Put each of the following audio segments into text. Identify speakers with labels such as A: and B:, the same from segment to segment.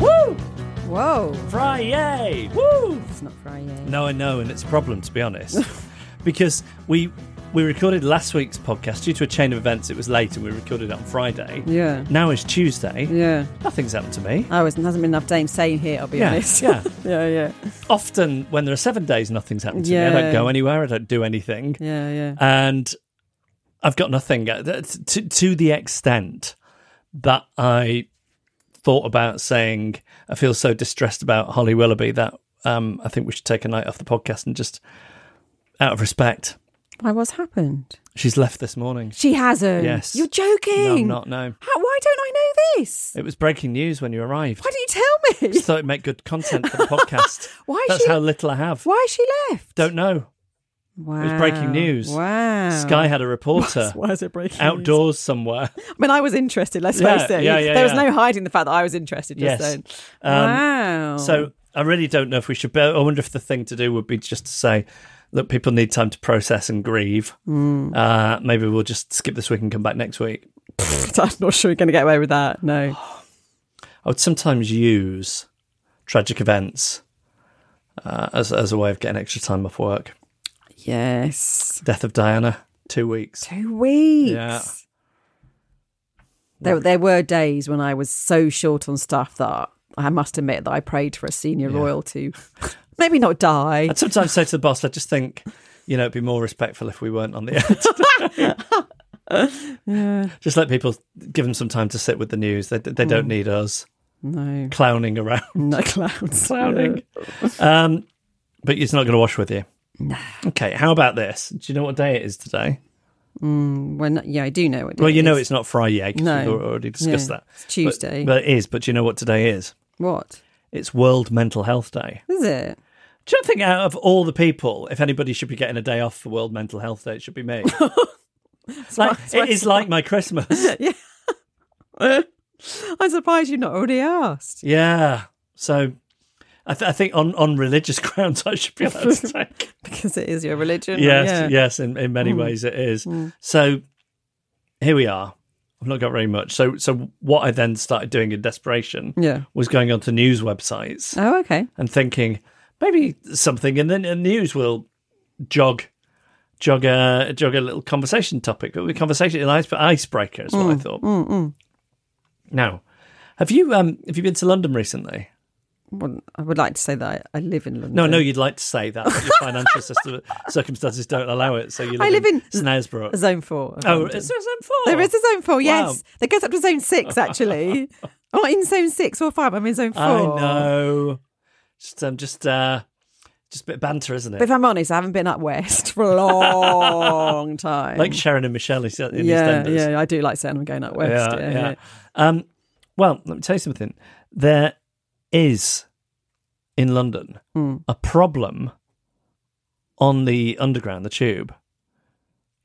A: Woo!
B: Whoa.
A: Friday! Woo!
B: It's not Friday.
A: No, I know, and it's a problem to be honest, because we we recorded last week's podcast due to a chain of events. It was late, and we recorded it on Friday.
B: Yeah.
A: Now it's Tuesday.
B: Yeah.
A: Nothing's happened to me.
B: I was, hasn't been enough Dame saying here, I'll be
A: Yeah,
B: honest.
A: yeah.
B: yeah, yeah.
A: Often when there are seven days, nothing's happened to me. I don't
B: Yeah.
A: go anywhere. I don't do anything,
B: Yeah, yeah.
A: and I've got nothing Uh, that's- to to the extent that I thought about saying I feel so distressed about Holly Willoughby that um, I think we should take a night off the podcast and just out of respect.
B: Why, what's happened?
A: She's left this morning.
B: She hasn't.
A: Yes.
B: You're
A: No,
B: joking.
A: I'm not. No,
B: How, why don't I know this?
A: it was breaking news when you arrived.
B: Why didn't you tell me?
A: Just thought it'd make good content for the podcast.
B: Why is
A: That's
B: she-
A: how little I have.
B: Why has she left?
A: Don't know.
B: Wow.
A: was breaking news.
B: Wow.
A: Sky had a reporter
B: Why is it breaking news?
A: outdoors somewhere.
B: I mean, I was interested, let's
A: Yeah,
B: face it.
A: yeah, yeah,
B: there was
A: yeah.
B: no hiding the fact that I was interested just
A: Yes.
B: then.
A: Um,
B: wow.
A: So I really don't know if we should. Be- I wonder if the thing to do would be just to say, look, people need time to process and grieve. Uh, maybe we'll just skip this week and come back next week.
B: I'm not sure we're going to get away with that. No.
A: I would sometimes use tragic events uh, as as a way of getting extra time off work.
B: Yes.
A: Death of Diana, two weeks.
B: Two weeks.
A: Yeah.
B: There, there were days when I was so short on stuff that I must admit that I prayed for a senior royal to maybe not die.
A: I'd sometimes say to the boss, I just think, you know, it'd be more respectful if we weren't on the air. today." Just let people give them some time to sit with the news. They, they don't need us
B: No,
A: clowning around.
B: no clouds.
A: Clowning. um, but it's not going to wash with you. Okay, how about this? Do you know what day it is today?
B: When yeah, I do know it.
A: Well, you know it's not Friday because
B: No.
A: we've already discussed
B: Yeah.
A: that.
B: It's Tuesday.
A: But, but it is. But do you know what today is?
B: what
A: It's World Mental Health Day.
B: is it?
A: Do you think out of all the people, if anybody should be getting a day off for World Mental Health Day, it should be me? It's like, it is like my Christmas.
B: I'm surprised you've not already asked.
A: yeah. So I, th- I think on, on religious grounds, I should be allowed to take.
B: Because it is your religion.
A: Yes,
B: yeah. Mm.
A: yes, in, in many ways it is. So here we are. I've not got very much. So, so what I then started doing in desperation
B: Yeah.
A: was going onto news websites
B: Oh, okay.
A: and thinking maybe something and then the news will jog jog a jog a little conversation topic a conversation an ice, icebreaker is
B: Mm.
A: what i thought now have you um have you been to london recently
B: Well, I would like to say that I, I live in London.
A: no, I know you'd like to say that, but your financial system, circumstances don't allow it. So you live,
B: I live
A: in,
B: in-
A: Snaresborough.
B: Zone four. of
A: Oh,
B: London.
A: is there a zone four?
B: There is a zone four, yes.
A: Wow.
B: That goes up to zone six, actually. I'm not in zone six or five, I'm in zone four.
A: I know. Just, um, just, uh, just a bit of banter, isn't it?
B: But if I'm honest, I haven't been up west for a long time.
A: like Sharon and Michelle in EastEnders.
B: yeah, yeah, I do like saying I'm going up west.
A: yeah, yeah. Um, well, let me tell you something. There is in London
B: Hmm.
A: a problem on the underground, the tube,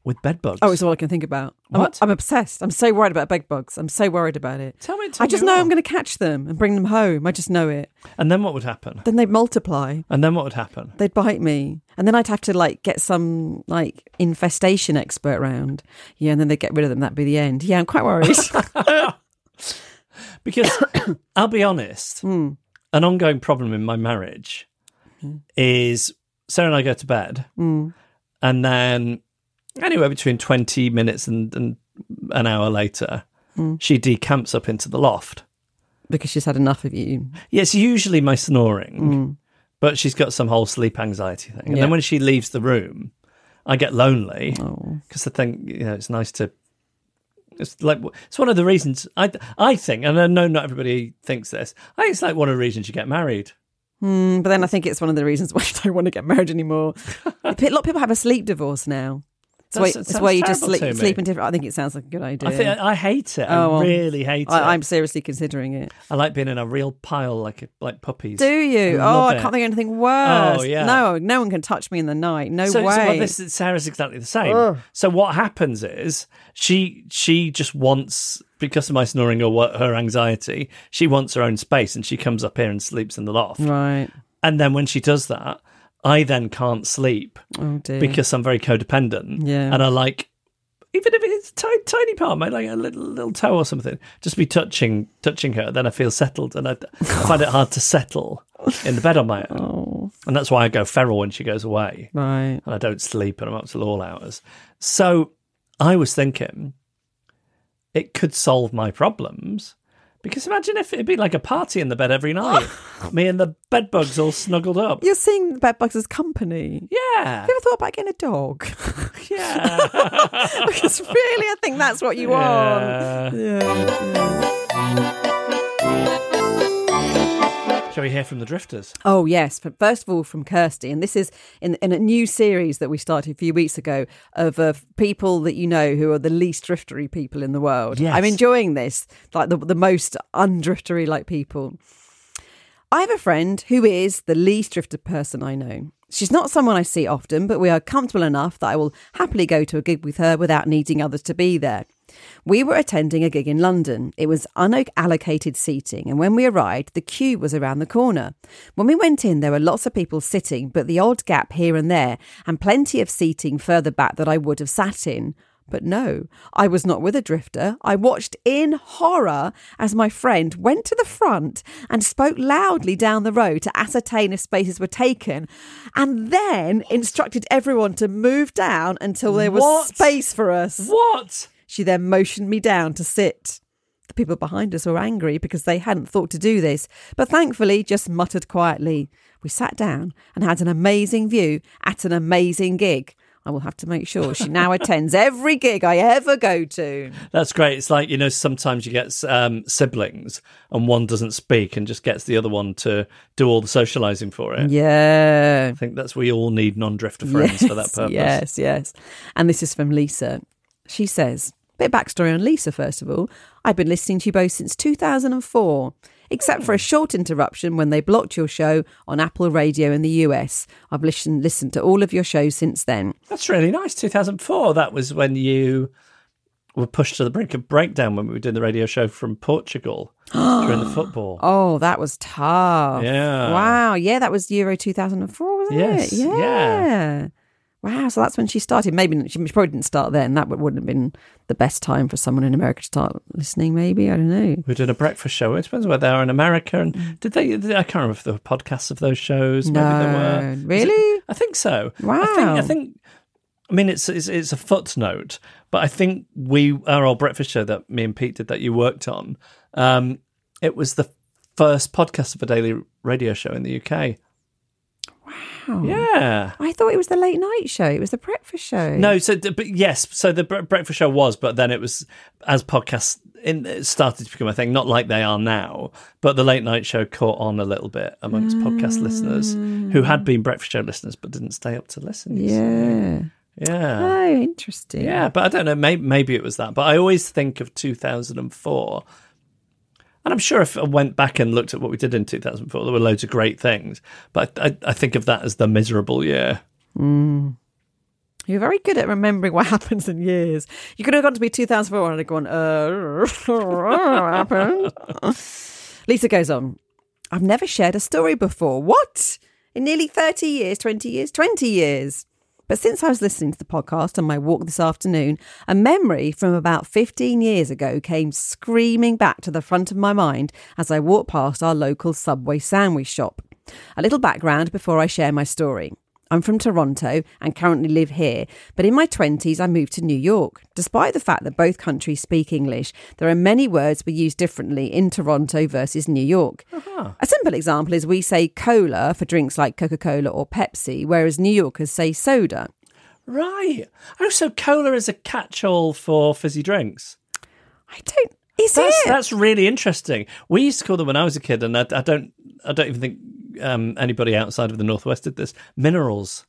A: with bed bugs.
B: Oh, it's all I can think about. I'm-
A: What?
B: I'm, obsessed. I'm so worried about bed bugs. I'm so worried about it.
A: Tell me- tell
B: I just
A: me
B: know
A: more.
B: I'm going to catch them and bring them home. I just know it.
A: and then what would happen?
B: Then they'd multiply.
A: And then what would happen?
B: They'd bite me, and then I'd have to like get some like infestation expert round. Yeah, and then they'd get rid of them. That'd be the end. Yeah, I'm quite worried.
A: Because I'll be honest, an ongoing problem in my marriage is Sarah and I go to bed, and then anywhere between 20 minutes and, and an hour later, she decamps up into the loft.
B: because she's had enough of you.
A: Yeah, it's usually my snoring, but she's got some whole sleep anxiety thing. And
B: Hmm. Yeah.
A: then when she leaves the room, I get lonely
B: Oh,
A: because I think you know it's nice to. It's like it's one of the reasons I I think, and I know not everybody thinks this. I think it's like one of the reasons you get married.
B: Mm, but then I think it's one of the reasons why I don't want to get married anymore. a lot of people have a sleep divorce now. It's
A: That
B: where,
A: sounds
B: it's where you just
A: terrible
B: sleep,
A: to me.
B: sleep in different. I think it sounds like a good idea.
A: I think I, I hate it.
B: Oh, well,
A: I really hate it.
B: I,
A: i
B: I'm seriously considering it.
A: like being in a real pile, like like puppies.
B: Do you? oh,
A: love
B: I
A: it.
B: can't think of anything worse.
A: Oh, yeah.
B: No, no one can touch me in the night. No
A: so, so,
B: way.
A: well, this is, Sarah's exactly the same. So what happens is she she just wants because of my snoring or what, her anxiety, she wants her own space, and she comes up here and sleeps in the loft.
B: right.
A: And then when she does that, I then can't sleep
B: Oh dear.
A: because I'm very codependent.
B: Yeah.
A: And I like, even if it's a tiny, tiny part, my like a little little toe or something, just be touching touching her. Then I feel settled, and I, I find it hard to settle in the bed on my own.
B: oh,
A: And that's why I go feral when she goes away,
B: right.
A: and I don't sleep, and I'm up till all hours. So I was thinking, it could solve my problems. Because imagine if it'd be like a party in the bed every night, me and the bed bugs all snuggled up.
B: You're seeing the bed bugs as company.
A: Yeah,
B: Have you ever thought about getting a dog?
A: yeah.
B: because really, I think that's what you want.
A: Yeah.
B: Yeah.
A: Shall we hear from the drifters?
B: Oh yes, but first of all from Kirsty, and this is in, in a new series that we started a few weeks ago of uh, people that you know who are the least driftery people in the world.
A: Yes.
B: I'm enjoying this, like the the most undriftery like people. I have a friend who is the least drifted person I know. She's not someone I see often, but we are comfortable enough that I will happily go to a gig with her without needing others to be there. We were attending a gig in London. It was unallocated seating, and when we arrived, the queue was around the corner. When we went in, there were lots of people sitting, but the odd gap here and there, and plenty of seating further back that I would have sat in. But no, I was not with a drifter. I watched in horror as my friend went to the front and spoke loudly down the row to ascertain if spaces were taken and then instructed everyone to move down until there was
A: What?
B: space for us.
A: What?
B: She then motioned me down to sit. The people behind us were angry because they hadn't thought to do this, but thankfully just muttered quietly. We sat down and had an amazing view at an amazing gig. I will have to make sure she now attends every gig I ever go to.
A: That's great. It's like, you know, sometimes you get um, siblings and one doesn't speak and just gets the other one to do all the socializing for it.
B: Yeah.
A: I think that's we all need non drifter friends for that purpose.
B: Yes, yes. And this is from Lisa. She says, bit of backstory on Lisa, first of all. I've been listening to you both since 2004, except
A: Hmm.
B: for a short interruption when they blocked your show on Apple Radio in the US. I've listened, listened to all of your shows since then.
A: That's really nice. 2004, that was when you were pushed to the brink of breakdown when we were doing the radio show from Portugal during the football.
B: Oh, that was tough.
A: Yeah.
B: Wow. Yeah, that was Euro 2004, wasn't
A: Yes,
B: it?
A: yeah.
B: Wow. So that's when she started. Maybe she probably didn't start then. That would- wouldn't have been the best time for someone in America to start listening, maybe. I don't know.
A: We did a breakfast show. It depends where they are in America. And did they? I can't remember if there were podcasts of those shows. Maybe there were.
B: Mm. No.
A: Was it-
B: Really?
A: I think so. I think, I
B: Wow.
A: think. I mean, it's, it's it's a footnote, but I think we our old breakfast show that me and Pete did that you worked on. Um, it was the first podcast of a daily radio show in the UK.
B: Wow.
A: Yeah.
B: I thought it was the late night show. It was the breakfast show.
A: No, so d- but yes, so the bre- breakfast show was, but then it was as podcasts in, it started to become a thing, not like they are now, but the late night show caught on a little bit amongst podcast listeners who had been breakfast show listeners but didn't stay up to listen. you see.
B: Yeah.
A: yeah,
B: Oh, interesting.
A: yeah. But I don't know. Maybe, maybe it was that. But I always think of 2004. And I'm sure if I went back and looked at what we did in 2004, there were loads of great things. But I, I, I think of that as the miserable year.
B: You're very good at remembering what happens in years. You could have gone to be 2004 and I'd gone, uh, what happened? Lisa goes on, I've never shared a story before. What? In nearly 30 years, 20 years, 20 years. But since I was listening to the podcast on my walk this afternoon, a memory from about 15 years ago came screaming back to the front of my mind as I walked past our local Subway sandwich shop. A little background before I share my story. I'm from Toronto and currently live here, but in my 20s I moved to New York. Despite the fact that both countries speak English, there are many words we use differently in Toronto versus New York.
A: Uh-huh.
B: A simple example is we say cola for drinks like Coca Cola or Pepsi, whereas New Yorkers say soda.
A: Right. Oh, so cola is a catch-all for fizzy drinks.
B: I don't. Is
A: That's,
B: it?
A: that's really interesting. We used to call them when I was a kid, and I, I don't, I don't even think um, anybody outside of the northwest did this. Minerals.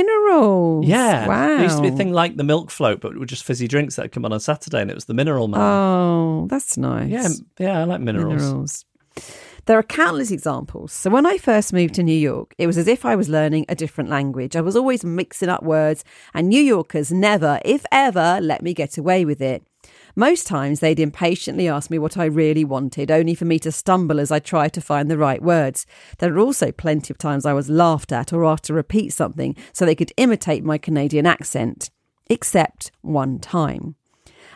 B: Minerals.
A: Yeah.
B: Wow.
A: There used to be a thing like the milk float, but it were just fizzy drinks that would come on on Saturday, and it was the mineral man.
B: Oh, that's nice.
A: yeah, yeah, I like minerals.
B: minerals. There are countless examples. So when I first moved to New York, it was as if I was learning a different language. I was always mixing up words, and New Yorkers never, if ever, let me get away with it. Most times they'd impatiently ask me what I really wanted, only for me to stumble as I tried to find the right words. There were also plenty of times I was laughed at or asked to repeat something so they could imitate my Canadian accent. Except one time.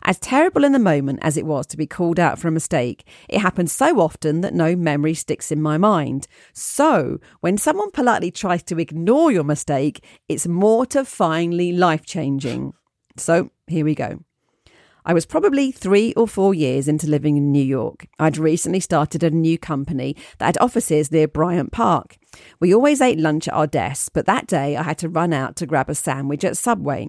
B: As terrible in the moment as it was to be called out for a mistake, it happens so often that no memory sticks in my mind. So, when someone politely tries to ignore your mistake, it's mortifyingly life changing. So, here we go. I was probably three or four years into living in New York. I'd recently started a new company that had offices near Bryant Park. We always ate lunch at our desks, but that day I had to run out to grab a sandwich at Subway.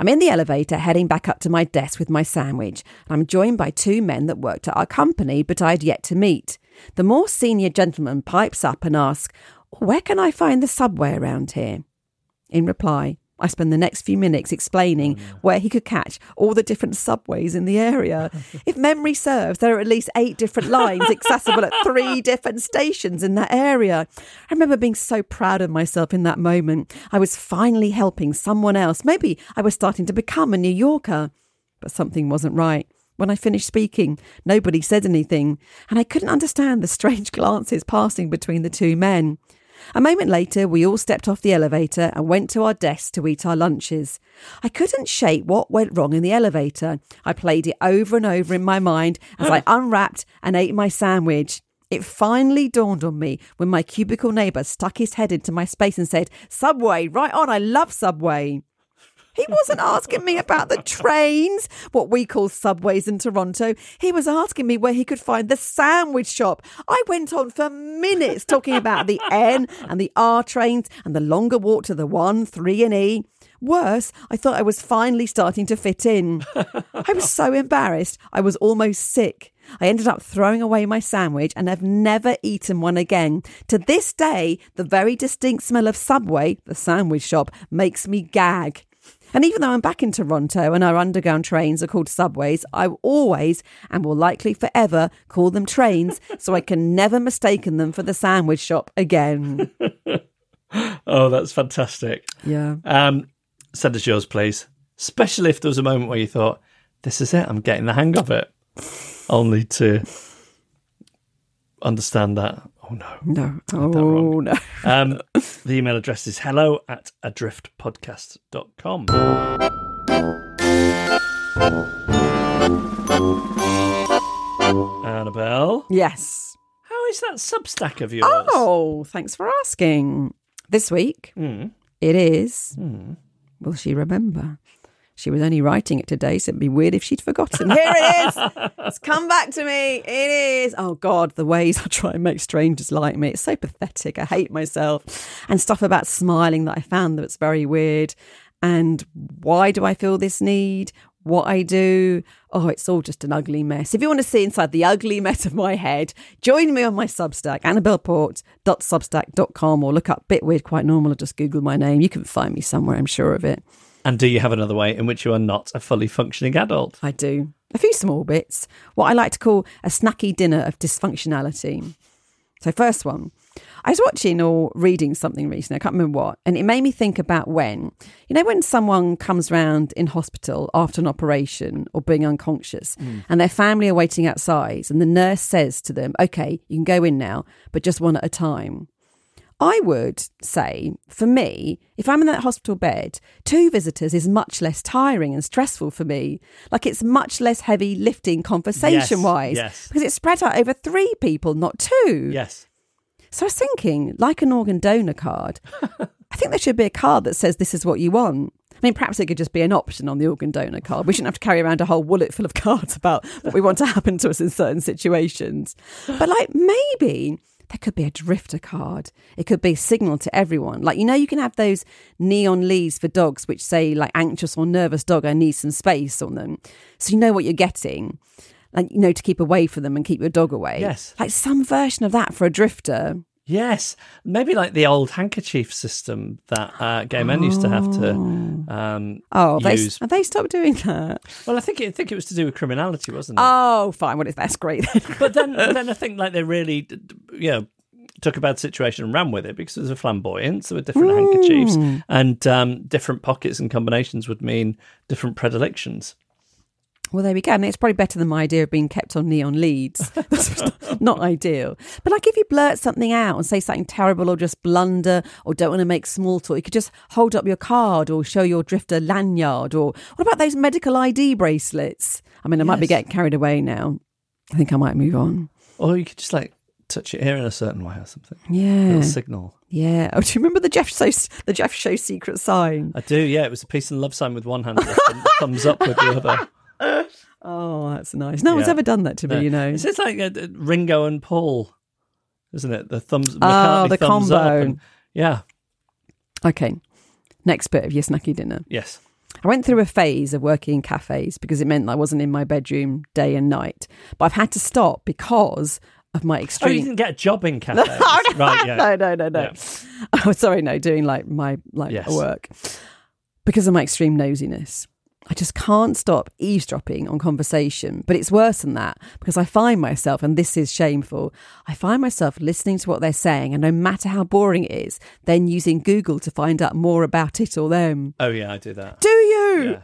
B: I'm in the elevator heading back up to my desk with my sandwich, and I'm joined by two men that worked at our company but I had yet to meet. The more senior gentleman pipes up and asks, Where can I find the subway around here? In reply, I spend the next few minutes explaining where he could catch all the different subways in the area. if memory serves, there are at least eight different lines accessible at three different stations in that area. I remember being so proud of myself in that moment. I was finally helping someone else. Maybe I was starting to become a New Yorker. But something wasn't right. When I finished speaking, nobody said anything, and I couldn't understand the strange glances passing between the two men. A moment later, we all stepped off the elevator and went to our desks to eat our lunches. I couldn't shake what went wrong in the elevator. I played it over and over in my mind as I unwrapped and ate my sandwich. It finally dawned on me when my cubicle neighbour stuck his head into my space and said, Subway, right on, I love Subway. He wasn't asking me about the trains, what we call subways in Toronto. He was asking me where he could find the sandwich shop. I went on for minutes talking about the N and the R trains and the longer walk to the 1, 3 and E. Worse, I thought I was finally starting to fit in. I was so embarrassed, I was almost sick. I ended up throwing away my sandwich and have never eaten one again. To this day, the very distinct smell of Subway, the sandwich shop, makes me gag. And even though I'm back in Toronto and our underground trains are called subways, I always and will likely forever call them trains so I can never mistaken them for the sandwich shop again.
A: Oh, that's fantastic.
B: Yeah.
A: Um, send us yours, please. Especially if there was a moment where you thought, "This is it. I'm getting the hang of it," only to understand that. Oh no.
B: No.
A: that wrong.
B: Oh, no.
A: Um, the email address is hello at adriftpodcast.com. Annabelle,
B: Yes.
A: how is that Substack of yours?
B: Oh, thanks for asking. This week, it is. Will she remember? She was only writing it today, so it'd be weird if she'd forgotten. Here it is. It's come back to me. It is. Oh, God, the ways I try and make strangers like me. It's so pathetic. I hate myself. And stuff about smiling that I found that's very weird. And why do I feel this need? What I do. Oh, it's all just an ugly mess. If you want to see inside the ugly mess of my head, join me on my Substack, annabelleport.substack.com, or look up Bit Weird Quite Normal or just Google my name. You can find me somewhere, I'm sure of it.
A: And do you have another way in which you are not a fully functioning adult?
B: I do. A few small bits, what I like to call a snacky dinner of dysfunctionality. So, first one, I was watching or reading something recently, I can't remember what, and it made me think about when, you know, when someone comes round in hospital after an operation or being unconscious and their family are waiting outside and the nurse says to them, okay, you can go in now, but just one at a time. I would say, for me, if I'm in that hospital bed, two visitors is much less tiring and stressful for me. Like it's much less heavy lifting conversation wise
A: yes.
B: because it's spread out over three people, not two.
A: Yes.
B: So I was thinking, like an organ donor card, I think there should be a card that says this is what you want. I mean, perhaps it could just be an option on the organ donor card. We shouldn't have to carry around a whole wallet full of cards about what we want to happen to us in certain situations. But like maybe there could be a drifter card. It could be a signal to everyone. Like, you know, you can have those neon leaves for dogs which say like anxious or nervous dog, I need some space on them. So you know what you're getting. Like, you know, to keep away from them and keep your dog away.
A: Yes.
B: Like some version of that for a drifter.
A: Yes, maybe like the old handkerchief system that uh, Gay Men used to have to um,
B: Oh, have they,
A: use.
B: have they stopped doing that?
A: Well, I think it, I think it was to do with criminality, wasn't it?
B: Oh, fine. Well, if that's great then.
A: but then, then I think like they really, d- d- you know, took a bad situation and ran with it because it was a flamboyance. There were different
B: Mm.
A: handkerchiefs, and um, different pockets and combinations would mean different predilections.
B: well, there we go. And it's probably better than my idea of being kept on neon leads. That's not- not ideal. But like if you blurt something out and say something terrible or just blunder or don't want to make small talk, you could just hold up your card or show your drifter lanyard. Or what about those medical ID bracelets? I mean, I might be
A: Yes.
B: getting carried away now. I think I might move on.
A: Or you could just like touch it here in a certain way or something.
B: Yeah.
A: Little signal.
B: Yeah. Oh, do you remember the Jeff Show, the Jeff Show secret sign?
A: I do. Yeah, it was a peace and love sign with one hand, and thumbs up with the other.
B: Oh, that's nice. No one's
A: Yeah.
B: ever done that to me,
A: Yeah.
B: you know.
A: It's just like uh, Ringo and Paul, isn't it? The thumbs.
B: Oh, the
A: thumbs up
B: combo.
A: and- yeah.
B: Okay. Next bit of your snacky dinner.
A: Yes.
B: I went through a phase of working in cafes because it meant I wasn't in my bedroom day and night. But I've had to stop because of my
A: Oh, you
B: extreme.
A: didn't get a job in cafes, right? Yeah.
B: no, no, no, no. Oh, sorry, no, doing like my like
A: Yes.
B: work because of my extreme nosiness. I just can't stop eavesdropping on conversation. But it's worse than that because I find myself, and this is shameful, I find myself listening to what they're saying, and no matter how boring it is, then using Google to find out more about it or them.
A: Oh yeah, I do that.
B: Do you?
A: Yeah.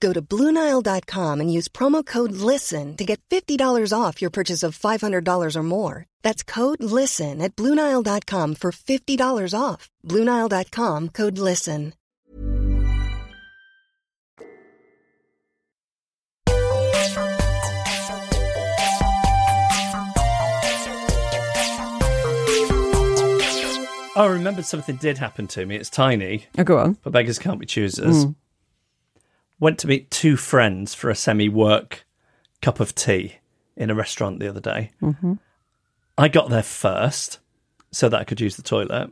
C: Go to BlueNile.com and use promo code LISTEN to get $50 off your purchase of $500 or more. That's code LISTEN at BlueNile.com for $50 off. BlueNile.com code LISTEN.
A: Oh, I remembered something did happen to me. It's tiny,
B: Oh, go on.
A: but beggars can't be
B: Hmm.
A: choosers. Went to meet two friends for a semi-work cup of tea in a restaurant the other day.
B: Mm-hmm.
A: I got there first so that I could use the toilet,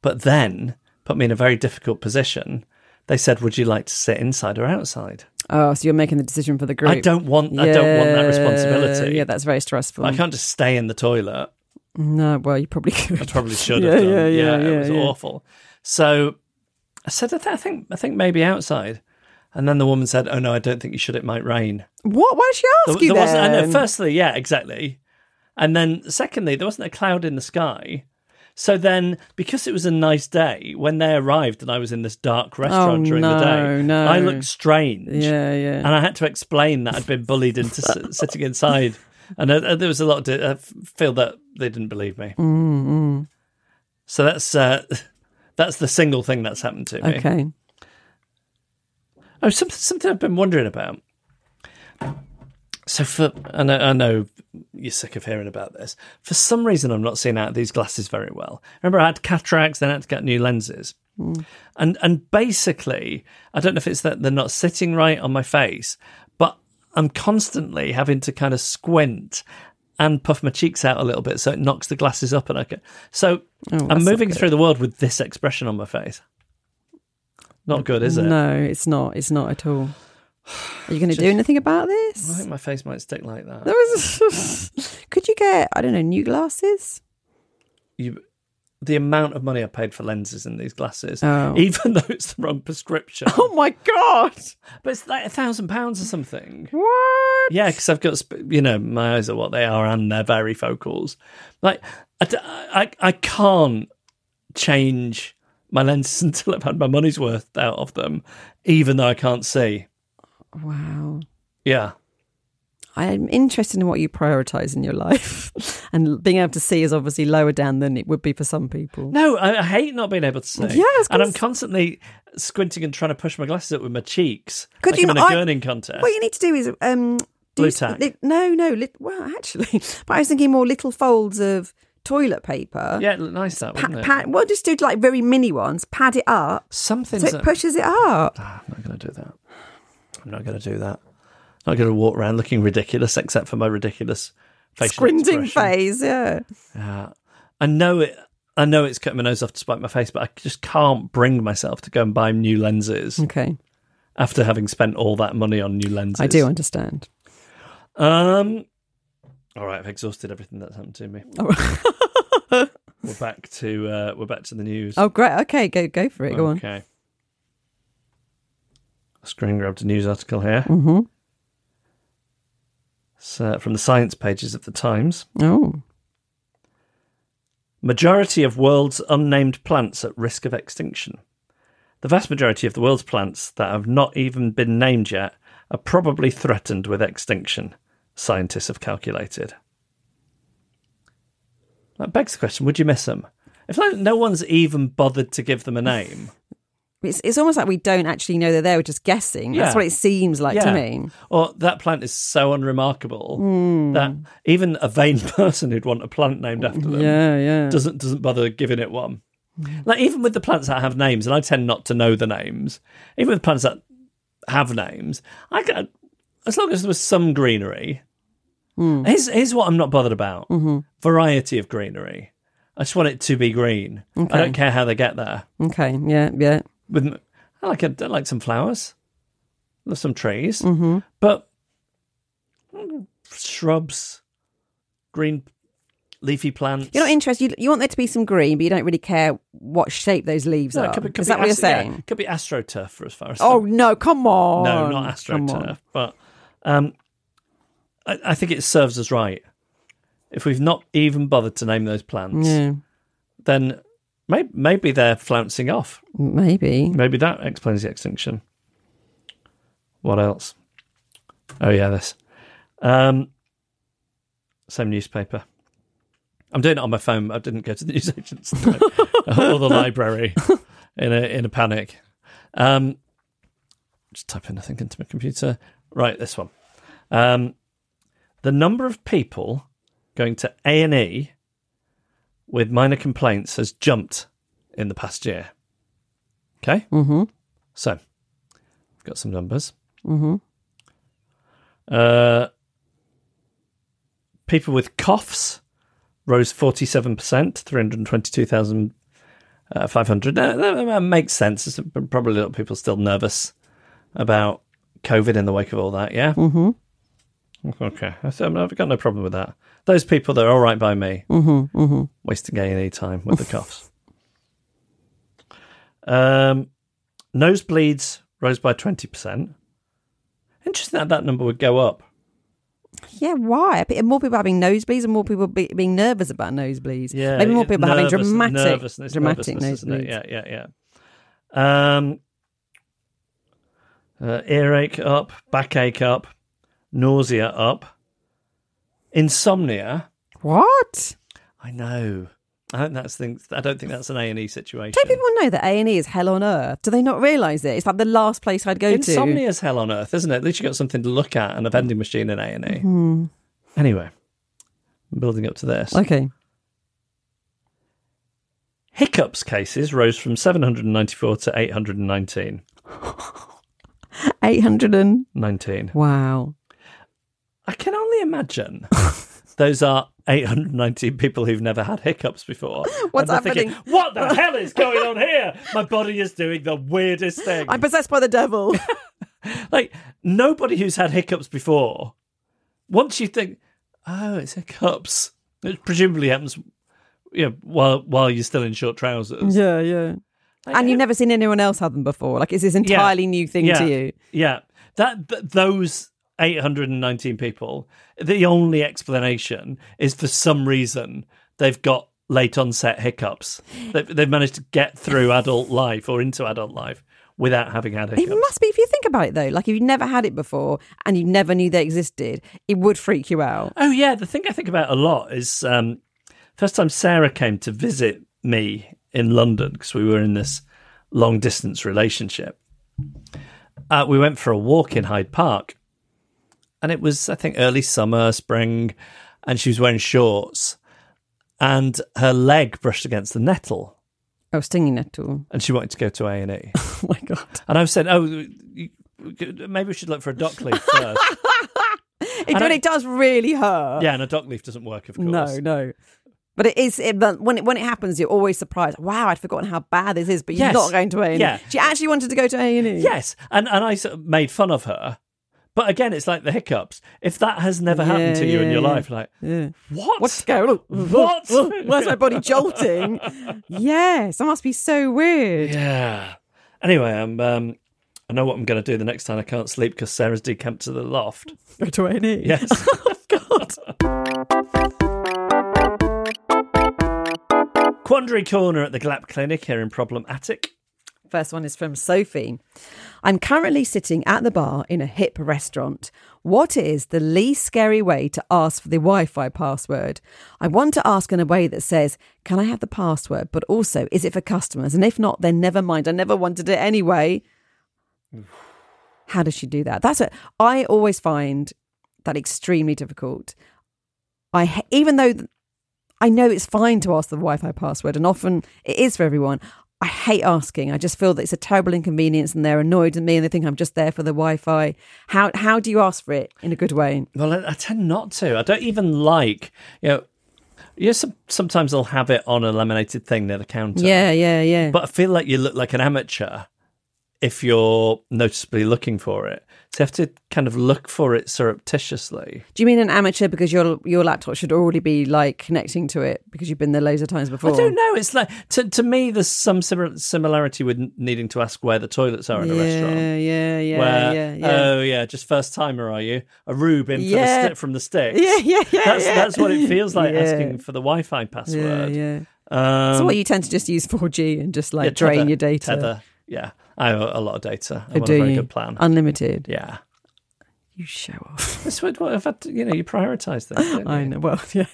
A: but then put me in a very difficult position. They said, "Would you like to sit inside or outside?"
B: Oh, so you're making the decision for the group.
A: I don't want. I don't want that
B: Yeah,
A: responsibility.
B: Yeah, that's very stressful.
A: I can't just stay in the toilet.
B: No, well, you probably could.
A: I probably should
B: Yeah,
A: have done.
B: yeah,
A: Yeah,
B: yeah, yeah,
A: it was
B: yeah.
A: awful. So I said, I, th- I think, I think maybe outside. And then the woman said, "Oh no, I don't think you should. It might rain."
B: What? Why did she ask you
A: wasn't. I know,
B: then?
A: firstly, yeah, exactly. And then secondly, there wasn't a cloud in the sky. So then, because it was a nice day, when they arrived and I was in this dark restaurant
B: Oh,
A: during the
B: no,
A: day,
B: no.
A: I looked strange.
B: yeah, yeah.
A: And I had to explain that I'd been bullied into s- sitting inside. And uh, uh, there was a lot to I feel that they didn't believe me.
B: Mm,
A: So that's uh, that's the single thing that's happened to me.
B: Okay.
A: Oh, something something I've been wondering about. So for I know, I know you're sick of hearing about this. For some reason, I'm not seeing out of these glasses very well. Remember, I had cataracts, then I had to get new lenses,
B: Hmm.
A: and and basically, I don't know if it's that they're not sitting right on my face, but I'm constantly having to kind of squint and puff my cheeks out a little bit, so it knocks the glasses up, and I can. So I'm
B: Oh, that's not
A: moving
B: good.
A: through the world with this expression on my face. Not good, is it?
B: No, it's not. It's not at all. Are you going to do anything about
A: I
B: this?
A: think my face might stick like that.
B: There was. could you get I don't know new glasses?
A: You, the amount of money I paid for lenses in these glasses,
B: Oh.
A: even though it's the wrong prescription,
B: Oh my god!
A: but it's like a thousand pounds or something.
B: What?
A: Yeah, because I've got sp- you know my eyes are what they are and they're varifocals. Like I, d- I, I can't change my lenses until I've had my money's worth out of them, even though I can't see.
B: Wow.
A: Yeah,
B: I'm interested in what you prioritize in your life, and being able to see is obviously lower down than it would be for some people.
A: no, I, I hate not being able to see.
B: Yeah, it's
A: and I'm
B: cons-
A: constantly squinting and trying to push my glasses up with my cheeks.
B: Could
A: like
B: you
A: I'm in a
B: not- I-
A: gurning contest?
B: What you need to do is um, do
A: Blue
B: s-
A: tack.
B: li- no, no. Li- well, actually, but I was thinking more little folds of toilet paper.
A: Yeah, it looked nice that,
B: Uh, Pat,
A: wouldn't it?
B: pat, well, just do like very mini ones. Pad it up
A: Something.
B: so it pushes it up.
A: I'm not going to do that. I'm not going to do that. I'm not going to walk around looking ridiculous, except for my ridiculous facial
B: Squinting
A: expression.
B: phase, yeah.
A: Yeah. I know it. I know it's cut my nose off to spite my face, but I just can't bring myself to go and buy new lenses
B: Okay,
A: after having spent all that money on new lenses.
B: Mm. I do understand.
A: Um. All right, I've exhausted everything that's happened to me. we're back to uh, we're back to the news.
B: Oh, great. Okay, go go for it. Go on.
A: Okay. Screen grabbed a news article here.
B: Mhm.
A: It's, uh, from the science pages of the Times.
B: Oh,
A: Majority of world's unnamed plants at risk of extinction. The vast majority of the world's plants that have not even been named yet are probably threatened with extinction, scientists have calculated. That begs the question would you miss them? If like, no one's even bothered to give them a name,
B: It's, it's almost like we don't actually know they're there. We're just guessing. That's
A: Yeah.
B: what it seems like to
A: Yeah.
B: me.
A: Or that plant is so unremarkable that even a vain person who'd want a plant named after them
B: Yeah, yeah.
A: doesn't doesn't bother giving it one. Like even with the plants that have names, and I tend not to know the names. Even with plants that have names, I got as long as there was some greenery.
B: Hmm.
A: Here's here's what I'm not bothered about:
B: Mm-hmm.
A: variety of greenery. I just want it to be green. I don't care how they get there.
B: Okay, yeah, yeah.
A: With m- I like a, I like some flowers, love some trees,
B: Mm-hmm.
A: but mm, shrubs, green leafy plants.
B: You're not interested. You, you want there to be some green, but you don't really care what shape those leaves
A: No,
B: are.
A: it could be- could
B: Is
A: be
B: that what you're
A: ast- yeah,
B: saying?
A: could be astroturf for as far as
B: Oh no! Come on.
A: no, not
B: Come on.
A: astroturf, but um, I, I think it serves us right. If we've not even bothered to name those plants,
B: Yeah,
A: then may- maybe they're flouncing off.
B: maybe.
A: Maybe that explains the extinction. What else? Oh yeah, this. Um, same newspaper. I'm doing it on my phone. I didn't go to the newsagents today, or the library in a in a panic. Um, just typing nothing into my computer. Right, this one. Um, the number of people going to A and E with minor complaints has jumped in the past year. Okay. Mm-hmm. So, we've got some numbers. Mm-hmm. Uh, people with coughs rose 47%, 322,500. Uh, that, that makes sense. There's probably a lot of people still nervous about COVID in the wake of all that, yeah? Mm-hmm. Okay. I said, I've got no problem with that. Those people, they're all right by me. Mm-hmm, Wasting any time with the coughs. Um, nosebleeds rose by 20%. Interesting that that number would go up.
B: Yeah, why? But More people having nosebleeds, and more people be, being nervous about nosebleeds.
A: Yeah,
B: maybe more people having
A: nervous-
B: dramatic,
A: nervousness,
B: dramatic
A: nervousness, isn't
B: nosebleeds.
A: it? Yeah, yeah, yeah. Um, uh, earache up, backache up, nausea up, insomnia.
B: What?
A: I know. I don't, that's things, I don't think that's an A and E situation.
B: Don't people know that A and E is hell on earth? Do they not realise it? It's like the last place I'd go to.
A: Insomnia's hell on earth, isn't it? At least you got something to look at and a vending machine in A and E.
B: Hmm.
A: Anyway, I'm building up to this.
B: Okay.
A: Hiccups cases rose from 794 to 819.
B: Eight hundred and
A: 19.
B: wow.
A: I can only imagine those are 819 people who've never had hiccups before.
B: What's
A: And they're
B: happening?
A: Thinking, what the hell is going on here? My body is doing the weirdest thing.
B: I'm possessed by the devil.
A: like nobody who's had hiccups before once you think oh it's hiccups it presumably happens you know, while while you're still in short trousers
B: yeah, yeah. And you've never seen anyone else have them before. Like it's this entirely new thing
A: yeah
B: to you.
A: yeah that th- those 819 people the only explanation is for some reason they've got late onset hiccups they've, they've managed to get through adult life or into adult life without having had
B: It
A: hiccups
B: must be if you think about it though. Like if you've never had it before and you never knew they existed, it would freak you out.
A: Oh yeah, the thing I think about a lot is um, first time Sarah came to visit me in London because we were in this long distance relationship. Uh, we went for a walk in Hyde Park, and it was I think early summer, spring, and she was wearing shorts, and her leg brushed against the nettle,
B: Oh, stinging nettle.
A: and she wanted to go to A and E.
B: Oh my god.
A: And I said, "Oh, you, maybe we should look for a dock leaf first.
B: It, but
A: I-
B: it does really hurt.
A: yeah, and a dock leaf doesn't work, of course.
B: no, no. But it is it, but when it, when it happens, you're always surprised. Wow, I'd forgotten how bad this is. But you're
A: Yes.
B: not going to A and E.
A: Yeah.
B: She actually wanted to go to A and E.
A: Yes, and and I sort of made fun of her, but again, it's like the hiccups. If that has never happened to you in
B: yeah,
A: your
B: yeah.
A: life, like
B: Yeah.
A: what?
B: What's going on?
A: What?
B: Where's my body jolting? yes, that must be so weird.
A: yeah. Anyway, I'm um, I know what I'm going to do the next time I can't sleep because Sarah's decamped to the loft.
B: Go to A and E.
A: Yes. Quandary Corner at the Glap Clinic here in Problematic.
B: First one is from Sophie. I'm currently sitting at the bar in a hip restaurant. What is the least scary way to ask for the Wi Fi password? I want to ask in a way that says, Can I have the password? But also, is it for customers? And if not, then never mind. I never wanted it anyway. How does she do that? That's what I always find that extremely difficult. I ha- even though th- I know it's fine to ask the Wi-Fi password, and often it is for everyone. I hate asking. I just feel that it's a terrible inconvenience, and they're annoyed at me, and they think I'm just there for the Wi-Fi. How how do you ask for it in a good way?
A: Well, I, I tend not to. I don't even like, you know, yeah, some, sometimes I'll have it on a laminated thing near the counter.
B: Yeah, yeah, yeah.
A: But I feel like you look like an amateur if you're noticeably looking for it. So you have to kind of look for it surreptitiously.
B: do you mean an amateur because your your laptop should already be like connecting to it because you've been there loads of times before?
A: I don't know. It's like, to, to me, there's some simi- similarity with n- needing to ask where the toilets are in a
B: yeah,
A: restaurant.
B: yeah, yeah,
A: where,
B: yeah, yeah.
A: oh, yeah, just first timer, are you? A rube in for
B: Yeah.
A: the sti- from the sticks.
B: yeah, yeah, yeah.
A: That's,
B: yeah.
A: that's what it feels like
B: Yeah.
A: asking for the Wi Fi
B: Yeah,
A: password.
B: yeah.
A: Um,
B: so what you tend to just use 4G and just like
A: yeah,
B: drain
A: tether-
B: your data. Oh,
A: Tether. Yeah, I have a lot of data. I
B: Or
A: want a very good plan.
B: Uh, Unlimited.
A: yeah,
B: You show off.
A: that's what, what I've had. To, you know, you prioritise things. don't
B: I
A: you?
B: know. Well, yeah,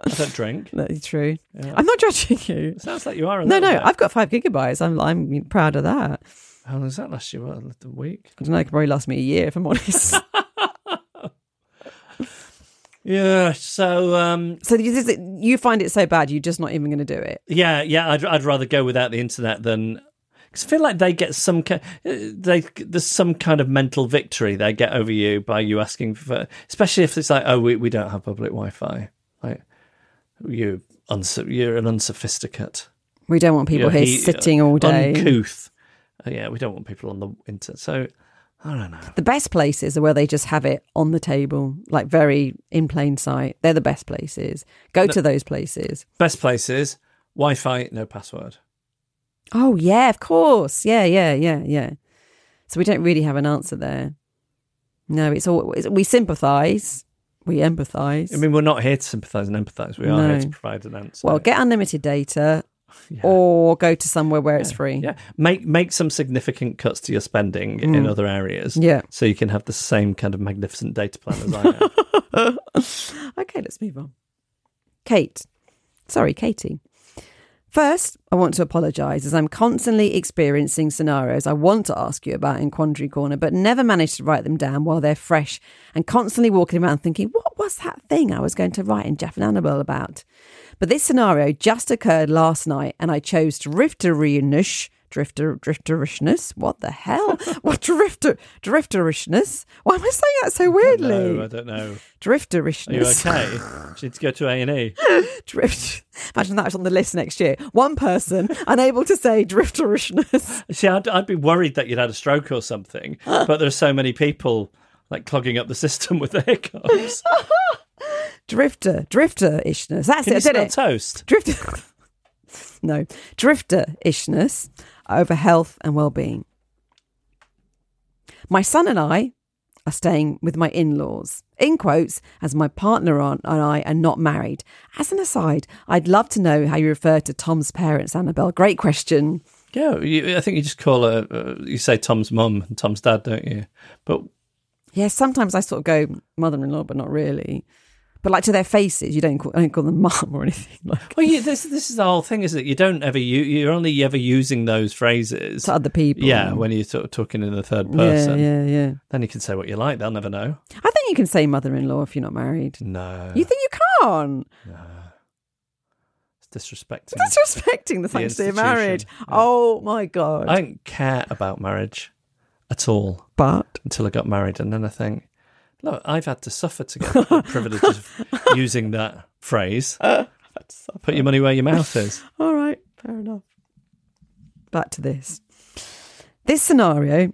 A: I don't drink.
B: that's true.
A: Yeah.
B: I'm not judging you.
A: It sounds like you are. A
B: No,
A: little
B: no,
A: bit.
B: I've got five gigabytes. I'm, I'm proud of that.
A: How long was that last year? What, a week?
B: I don't know. It could probably last me a year if I'm honest.
A: Yeah. So, um,
B: so you, this, you find it so bad, you're just not even going to do it.
A: yeah, yeah. I'd I'd rather go without the internet than. Because I feel like they get some kind, they there's some kind of mental victory they get over you by you asking for, especially if it's like, oh, we, we don't have public Wi-Fi. Like you, unso- you're an unsophisticate.
B: We don't want people
A: Yeah,
B: here
A: he- uh,
B: sitting all day.
A: Uncouth. Uh, yeah, we don't want people on the internet. So I don't know.
B: The best places are where they just have it on the table, like very in plain sight. They're the best places. Go to those places.
A: Best places: Wi-Fi, no password.
B: Oh yeah, of course. Yeah, yeah, yeah, yeah. So we don't really have an answer there. No, it's all it's, we sympathise, we empathise.
A: I mean, we're not here to sympathise and empathise. We are here
B: No.
A: to provide an answer.
B: well, get unlimited data
A: Yeah.
B: or go to somewhere where it's free.
A: yeah, make make some significant cuts to your spending in other areas.
B: Mm. Yeah.
A: so you can have the same kind of magnificent data plan as I have.
B: Okay, let's move on. Kate. Sorry, Katie. First, I want to apologise as I'm constantly experiencing scenarios I want to ask you about in Quandary Corner, but never manage to write them down while they're fresh and constantly walking around thinking, what was that thing I was going to write in Jeff and Annabelle about? But this scenario just occurred last night and I chose drifteriness. Drifter, drifterishness. What the hell? what drifter, drifterishness? Why am I saying that so weirdly?
A: no, I don't know. Are you
B: Drifterishness.
A: okay? She needs to go to A and E.
B: Drift. Imagine that's on the list next year. One person unable to say drifterishness.
A: See, I'd, I'd be worried that you'd had a stroke or something, but there are so many people like clogging up the system with the hiccups.
B: Drifter, drifterishness. That's
A: Can
B: it.
A: you
B: I
A: smell
B: did it.
A: toast?
B: Drifter. no, drifterishness over health and well-being. My son and I are staying with my in laws, in quotes, as my partner on- and I are not married. As an aside, I'd love to know how you refer to Tom's parents, Annabelle. Great question.
A: Yeah, you, I think you just call her. Uh, you say Tom's mum and Tom's dad, don't you? But
B: Yeah, sometimes I sort of go mother-in-law, but not really. But like to their faces, you don't call, I don't call them mum or anything. Like
A: well, you, this this is the whole thing, is that you don't ever you you're only ever using those phrases.
B: to other people.
A: Yeah, when you're sort of talking in the third
B: yeah,
A: person,
B: yeah, yeah.
A: then you can say what you like. They'll never know.
B: I think you can say mother-in-law if you're not married.
A: No,
B: You think you can't?
A: it's disrespecting.
B: That's respecting the sanctity of marriage.
A: institution, yeah.
B: Oh my god!
A: I don't care about marriage at all
B: but
A: until I got married, and then I think, look, I've had to suffer to get the privilege of using that phrase. Put your money where your mouth is.
B: All right, fair enough. Back to this. This scenario.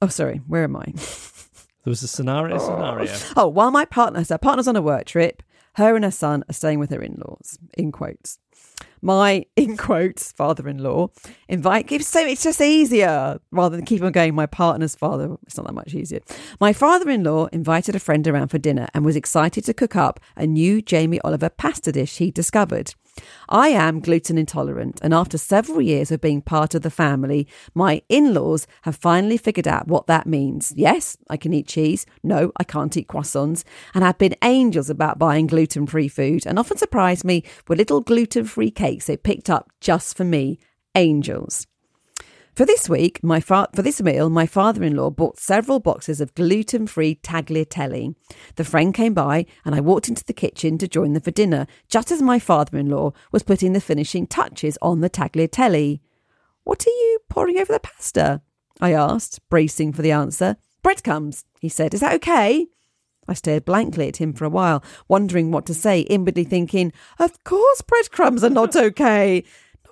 B: Oh, sorry. Where am I?
A: There was a scenario. Scenario.
B: Oh, while my partner, so her partner's on a work trip, her and her son are staying with her in laws, in quotes. My, in quotes, father in law invite gives so it's just easier rather than keep on going. My partner's father, it's not that much easier. My father in law invited a friend around for dinner and was excited to cook up a new Jamie Oliver pasta dish he discovered. I am gluten intolerant, and after several years of being part of the family, my in laws have finally figured out what that means. Yes, I can eat cheese. No, I can't eat croissants. And have been angels about buying gluten free food and often surprised me with little gluten free cakes they picked up just for me. Angels. For this week, my fa- for this meal, my father-in-law bought several boxes of gluten-free tagliatelle. The friend came by, and I walked into the kitchen to join them for dinner, just as my father-in-law was putting the finishing touches on the tagliatelle. "What are you pouring over the pasta?" I asked, bracing for the answer. "Breadcrumbs," he said. "Is that okay?" I stared blankly at him for a while, wondering what to say, inwardly thinking, "Of course, breadcrumbs are not okay."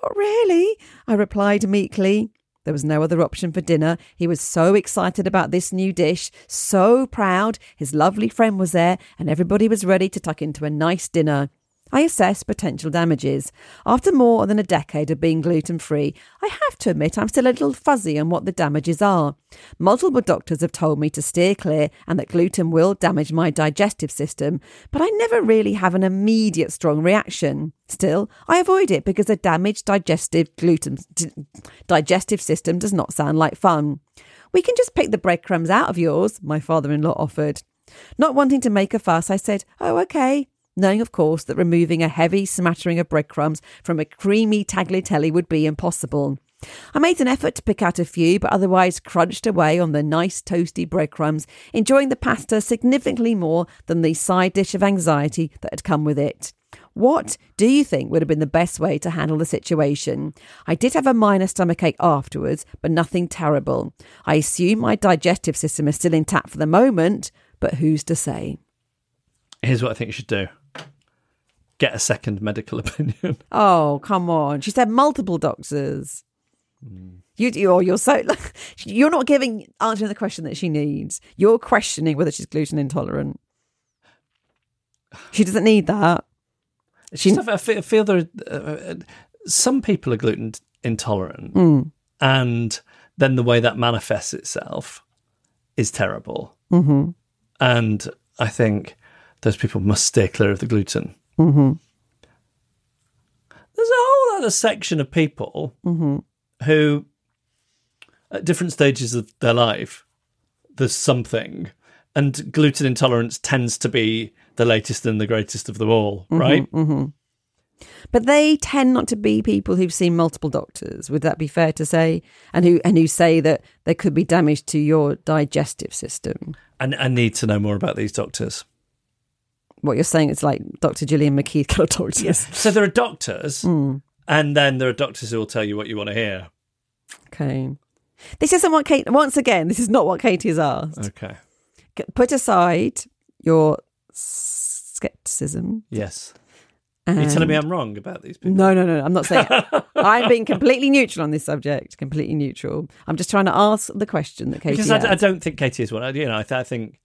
B: Not really, I replied meekly. There was no other option for dinner. He was so excited about this new dish, so proud. His lovely friend was there, and everybody was ready to tuck into a nice dinner. I assessed potential damages. After more than a decade of being gluten free, I have to admit I'm still a little fuzzy on what the damages are. Multiple doctors have told me to steer clear and that gluten will damage my digestive system, but I never really have an immediate strong reaction. Still, I avoid it because a damaged digestive gluten d- digestive system does not sound like fun. We can just pick the breadcrumbs out of yours, my father-in-law offered. Not wanting to make a fuss, I said, "Oh, okay." knowing, of course, that removing a heavy smattering of breadcrumbs from a creamy tagliatelle would be impossible. I made an effort to pick out a few, but otherwise crunched away on the nice toasty breadcrumbs, enjoying the pasta significantly more than the side dish of anxiety that had come with it. What do you think would have been the best way to handle the situation? I did have a minor stomachache afterwards, but nothing terrible. I assume my digestive system is still intact for the moment, but who's to say?
A: Here's what I think you should do get a second medical opinion.
B: Oh, come on. She said multiple doctors. You, oh, you're, you're so you're not giving answering the question that she needs. You're questioning whether she's gluten intolerant. She doesn't need that.
A: She, I fe- I feel there are, uh, some people are gluten intolerant, and then the way that manifests itself is terrible. And I think those people must stay clear of the gluten. There's a whole other section of people who, at different stages of their life, there's something, and gluten intolerance tends to be the latest and the greatest of them all, right?
B: But they tend not to be people who've seen multiple doctors. Would that be fair to say? And who and who say that there could be damage to your digestive system?
A: And I need to know more about these doctors.
B: What you're saying is like Dr. Gillian McKeith kind of doctors.
A: So there are doctors,
B: Hmm.
A: and then there are doctors who will tell you what you want to hear.
B: Okay. This isn't what Kate. Once again, this is not what Katie has asked.
A: Okay.
B: C- Put aside your skepticism.
A: Yes.
B: Um,
A: You're telling me I'm wrong about these people.
B: No, no, no. I'm not saying it. I'm being completely neutral on this subject. Completely neutral. I'm just trying to ask the question that Katie.
A: Because I, d- I
B: asked.
A: don't think Katie is one. I- You know, I, th- I think.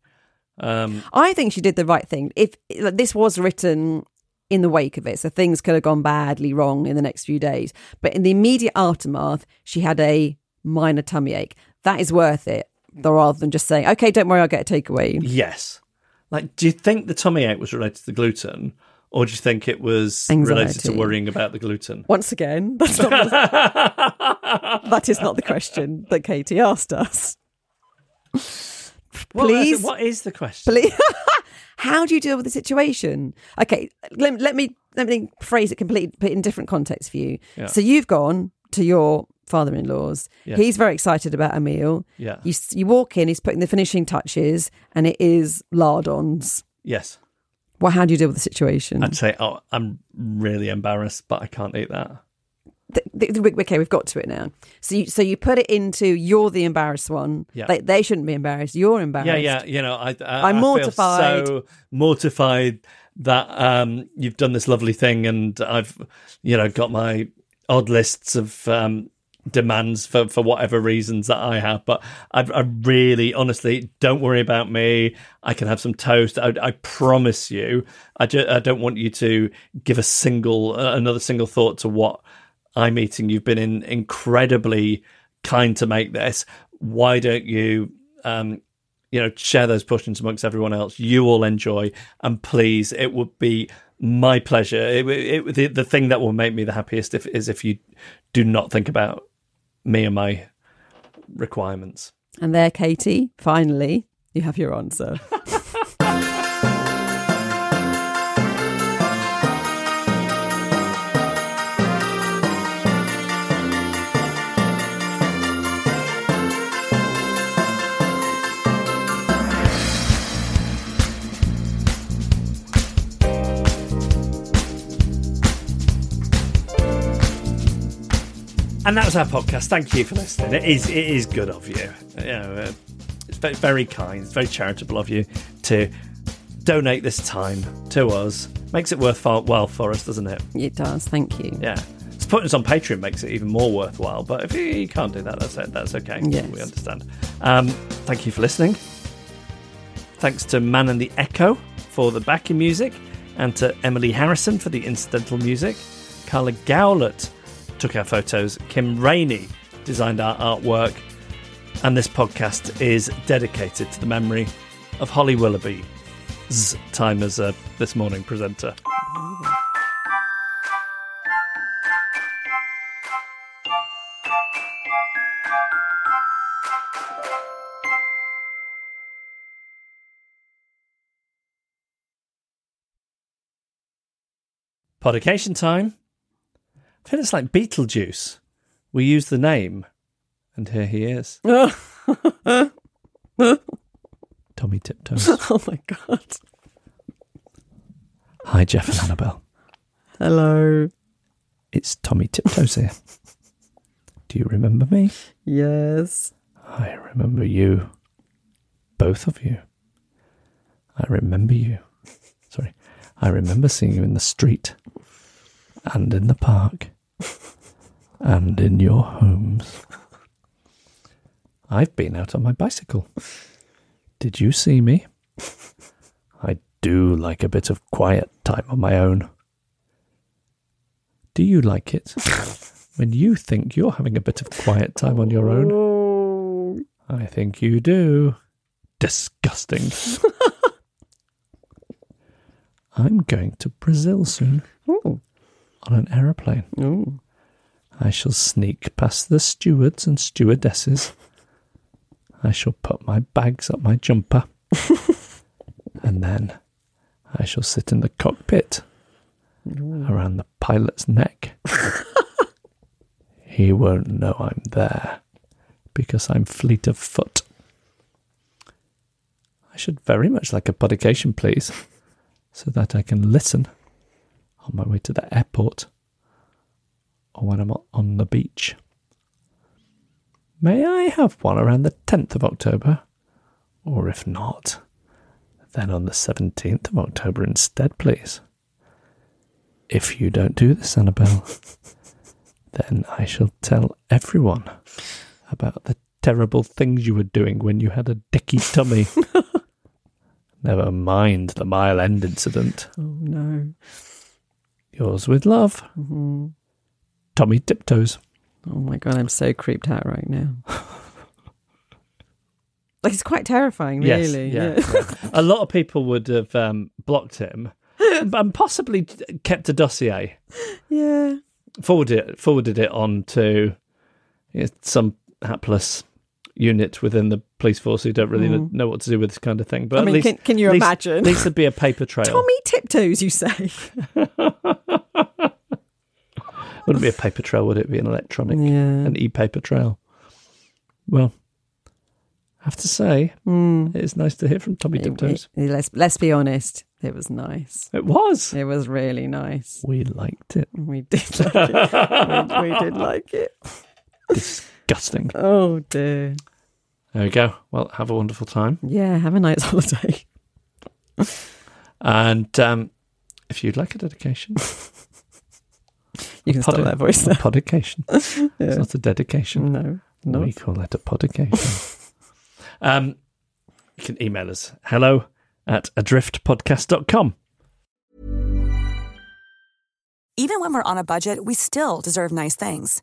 A: Um,
B: I think she did the right thing. If like, this was written in the wake of it, so things could have gone badly wrong in the next few days. But in the immediate aftermath, she had a minor tummy ache. That is worth it, though, rather than just saying, "Okay, don't worry, I'll get a takeaway."
A: yes. Like, do you think the tummy ache was related to the gluten, or do you think it was related to
B: Anxiety.
A: worrying about the gluten?
B: Once again, that's not that is not the question that Katie asked us.
A: What-
B: Please?
A: what is the question?
B: Please. How do you deal with the situation? Okay, let, let me let me phrase it completely, but in different context for you.
A: Yeah.
B: So you've gone to your father-in-law's.
A: Yeah.
B: He's very excited about a meal.
A: Yeah.
B: You s- you walk in. He's putting the finishing touches, and it is lardons.
A: Yes.
B: Well, how do you deal with the situation?
A: I'd say, oh, I'm really embarrassed, but I can't eat that.
B: th- th- th- okay, we've got to it now. So you so you put it into you're the embarrassed one.
A: Yeah.
B: They, they shouldn't be embarrassed. You're embarrassed.
A: Yeah, yeah. You know, I, I
B: I'm
A: I feel
B: mortified.
A: so mortified that um, you've done this lovely thing, and I've, you know, got my odd lists of um, demands for for whatever reasons that I have. But I, I really, honestly, don't worry about me. I can have some toast. I, I promise you. I, ju- I don't want you to give a single uh, another single thought to what I'm eating. You've been in incredibly kind to make this. Why don't you? Um, you know, share those portions amongst everyone else. You all enjoy, and please, it would be my pleasure. It, it, the, the thing that will make me the happiest if, is if you do not think about me and my requirements.
B: And there, Katie, finally, you have your answer.
A: And that was our podcast. Thank you for listening. It is it is good of you. you know, uh, it's ve- very kind. It's very charitable of you to donate this time to us. Makes it worthwhile for us, doesn't it?
B: it does. Thank you.
A: Yeah. It's putting us on Patreon makes it even more worthwhile. But if you, you can't do that, that's that's okay.
B: Yes.
A: We understand. Um, thank you for listening. Thanks to Man and the Echo for the backing music, and to Emily Harrison for the incidental music. Carla Gowlett took our photos. Kim Rainey designed our artwork, and this podcast is dedicated to the memory of Holly Willoughby's time as a this morning presenter. Podication time. I feel it's like Beetlejuice. We use the name, and here he is, Tommy Tiptoes.
B: oh my God.
A: Hi, Jeff and Annabelle.
B: Hello.
A: It's Tommy Tiptoes here. Do you remember me?
B: Yes.
A: I remember you. Both of you. I remember you. Sorry. I remember seeing you in the street and in the park and in your homes. I've been out on my bicycle. Did you see me? I do like a bit of quiet time on my own. Do you like it when you think you're having a bit of quiet time on your own?
B: Oh.
A: I think you do. Disgusting. I'm going to Brazil soon
B: Oh.
A: on an aeroplane.
B: Oh.
A: I shall sneak past the stewards and stewardesses. I shall put my bags up my jumper. and then I shall sit in the cockpit around the pilot's neck. he won't know I'm there because I'm fleet of foot. I should very much like a podication, please, so that I can listen on my way to the airport or when I'm on the beach. May I have one around the 10th of October? Or if not, then on the 17th of October instead, please. If you don't do this, Annabelle, then I shall tell everyone about the terrible things you were doing when you had a dicky tummy. Never mind the Mile End incident.
B: Oh no. Mm-hmm.
A: Yours with love, Tommy Tiptoes.
B: Oh my god, I'm so creeped out right now. like it's quite terrifying,
A: Yes,
B: really.
A: yeah, yeah. a lot of people would have um, blocked him and possibly kept a dossier,
B: Yeah. Yeah.
A: forwarded it, forwarded it on to you know, some hapless unit within the police force who don't really kn- know what to do with this kind of thing. But
B: Mm. I
A: at
B: mean,
A: least,
B: can- can you
A: at least-
B: imagine?
A: At least there'd be a paper trail.
B: Tommy tiptoes, you say?
A: Wouldn't be a paper trail, would it? It'd Be an electronic,
B: Yeah.
A: an e-paper trail. Well, I have to say, it's nice to hear from Tommy
B: Hmm. It-
A: Tiptoes.
B: it- let's let's be honest. It was nice.
A: It was.
B: It was really nice.
A: We liked it.
B: We did like it. we, we did like it.
A: Disgusting.
B: Oh dear.
A: There we go. Well, have a wonderful time.
B: Yeah. Have a nice holiday.
A: And um, if you'd like a dedication,
B: You can stop
A: podi-
B: that voice
A: a
B: now.
A: podication. It's not a dedication.
B: No. Mm, No.
A: We call it a podication. um, you can email us hello at adriftpodcast.com.
D: Even when we're on a budget, we still deserve nice things.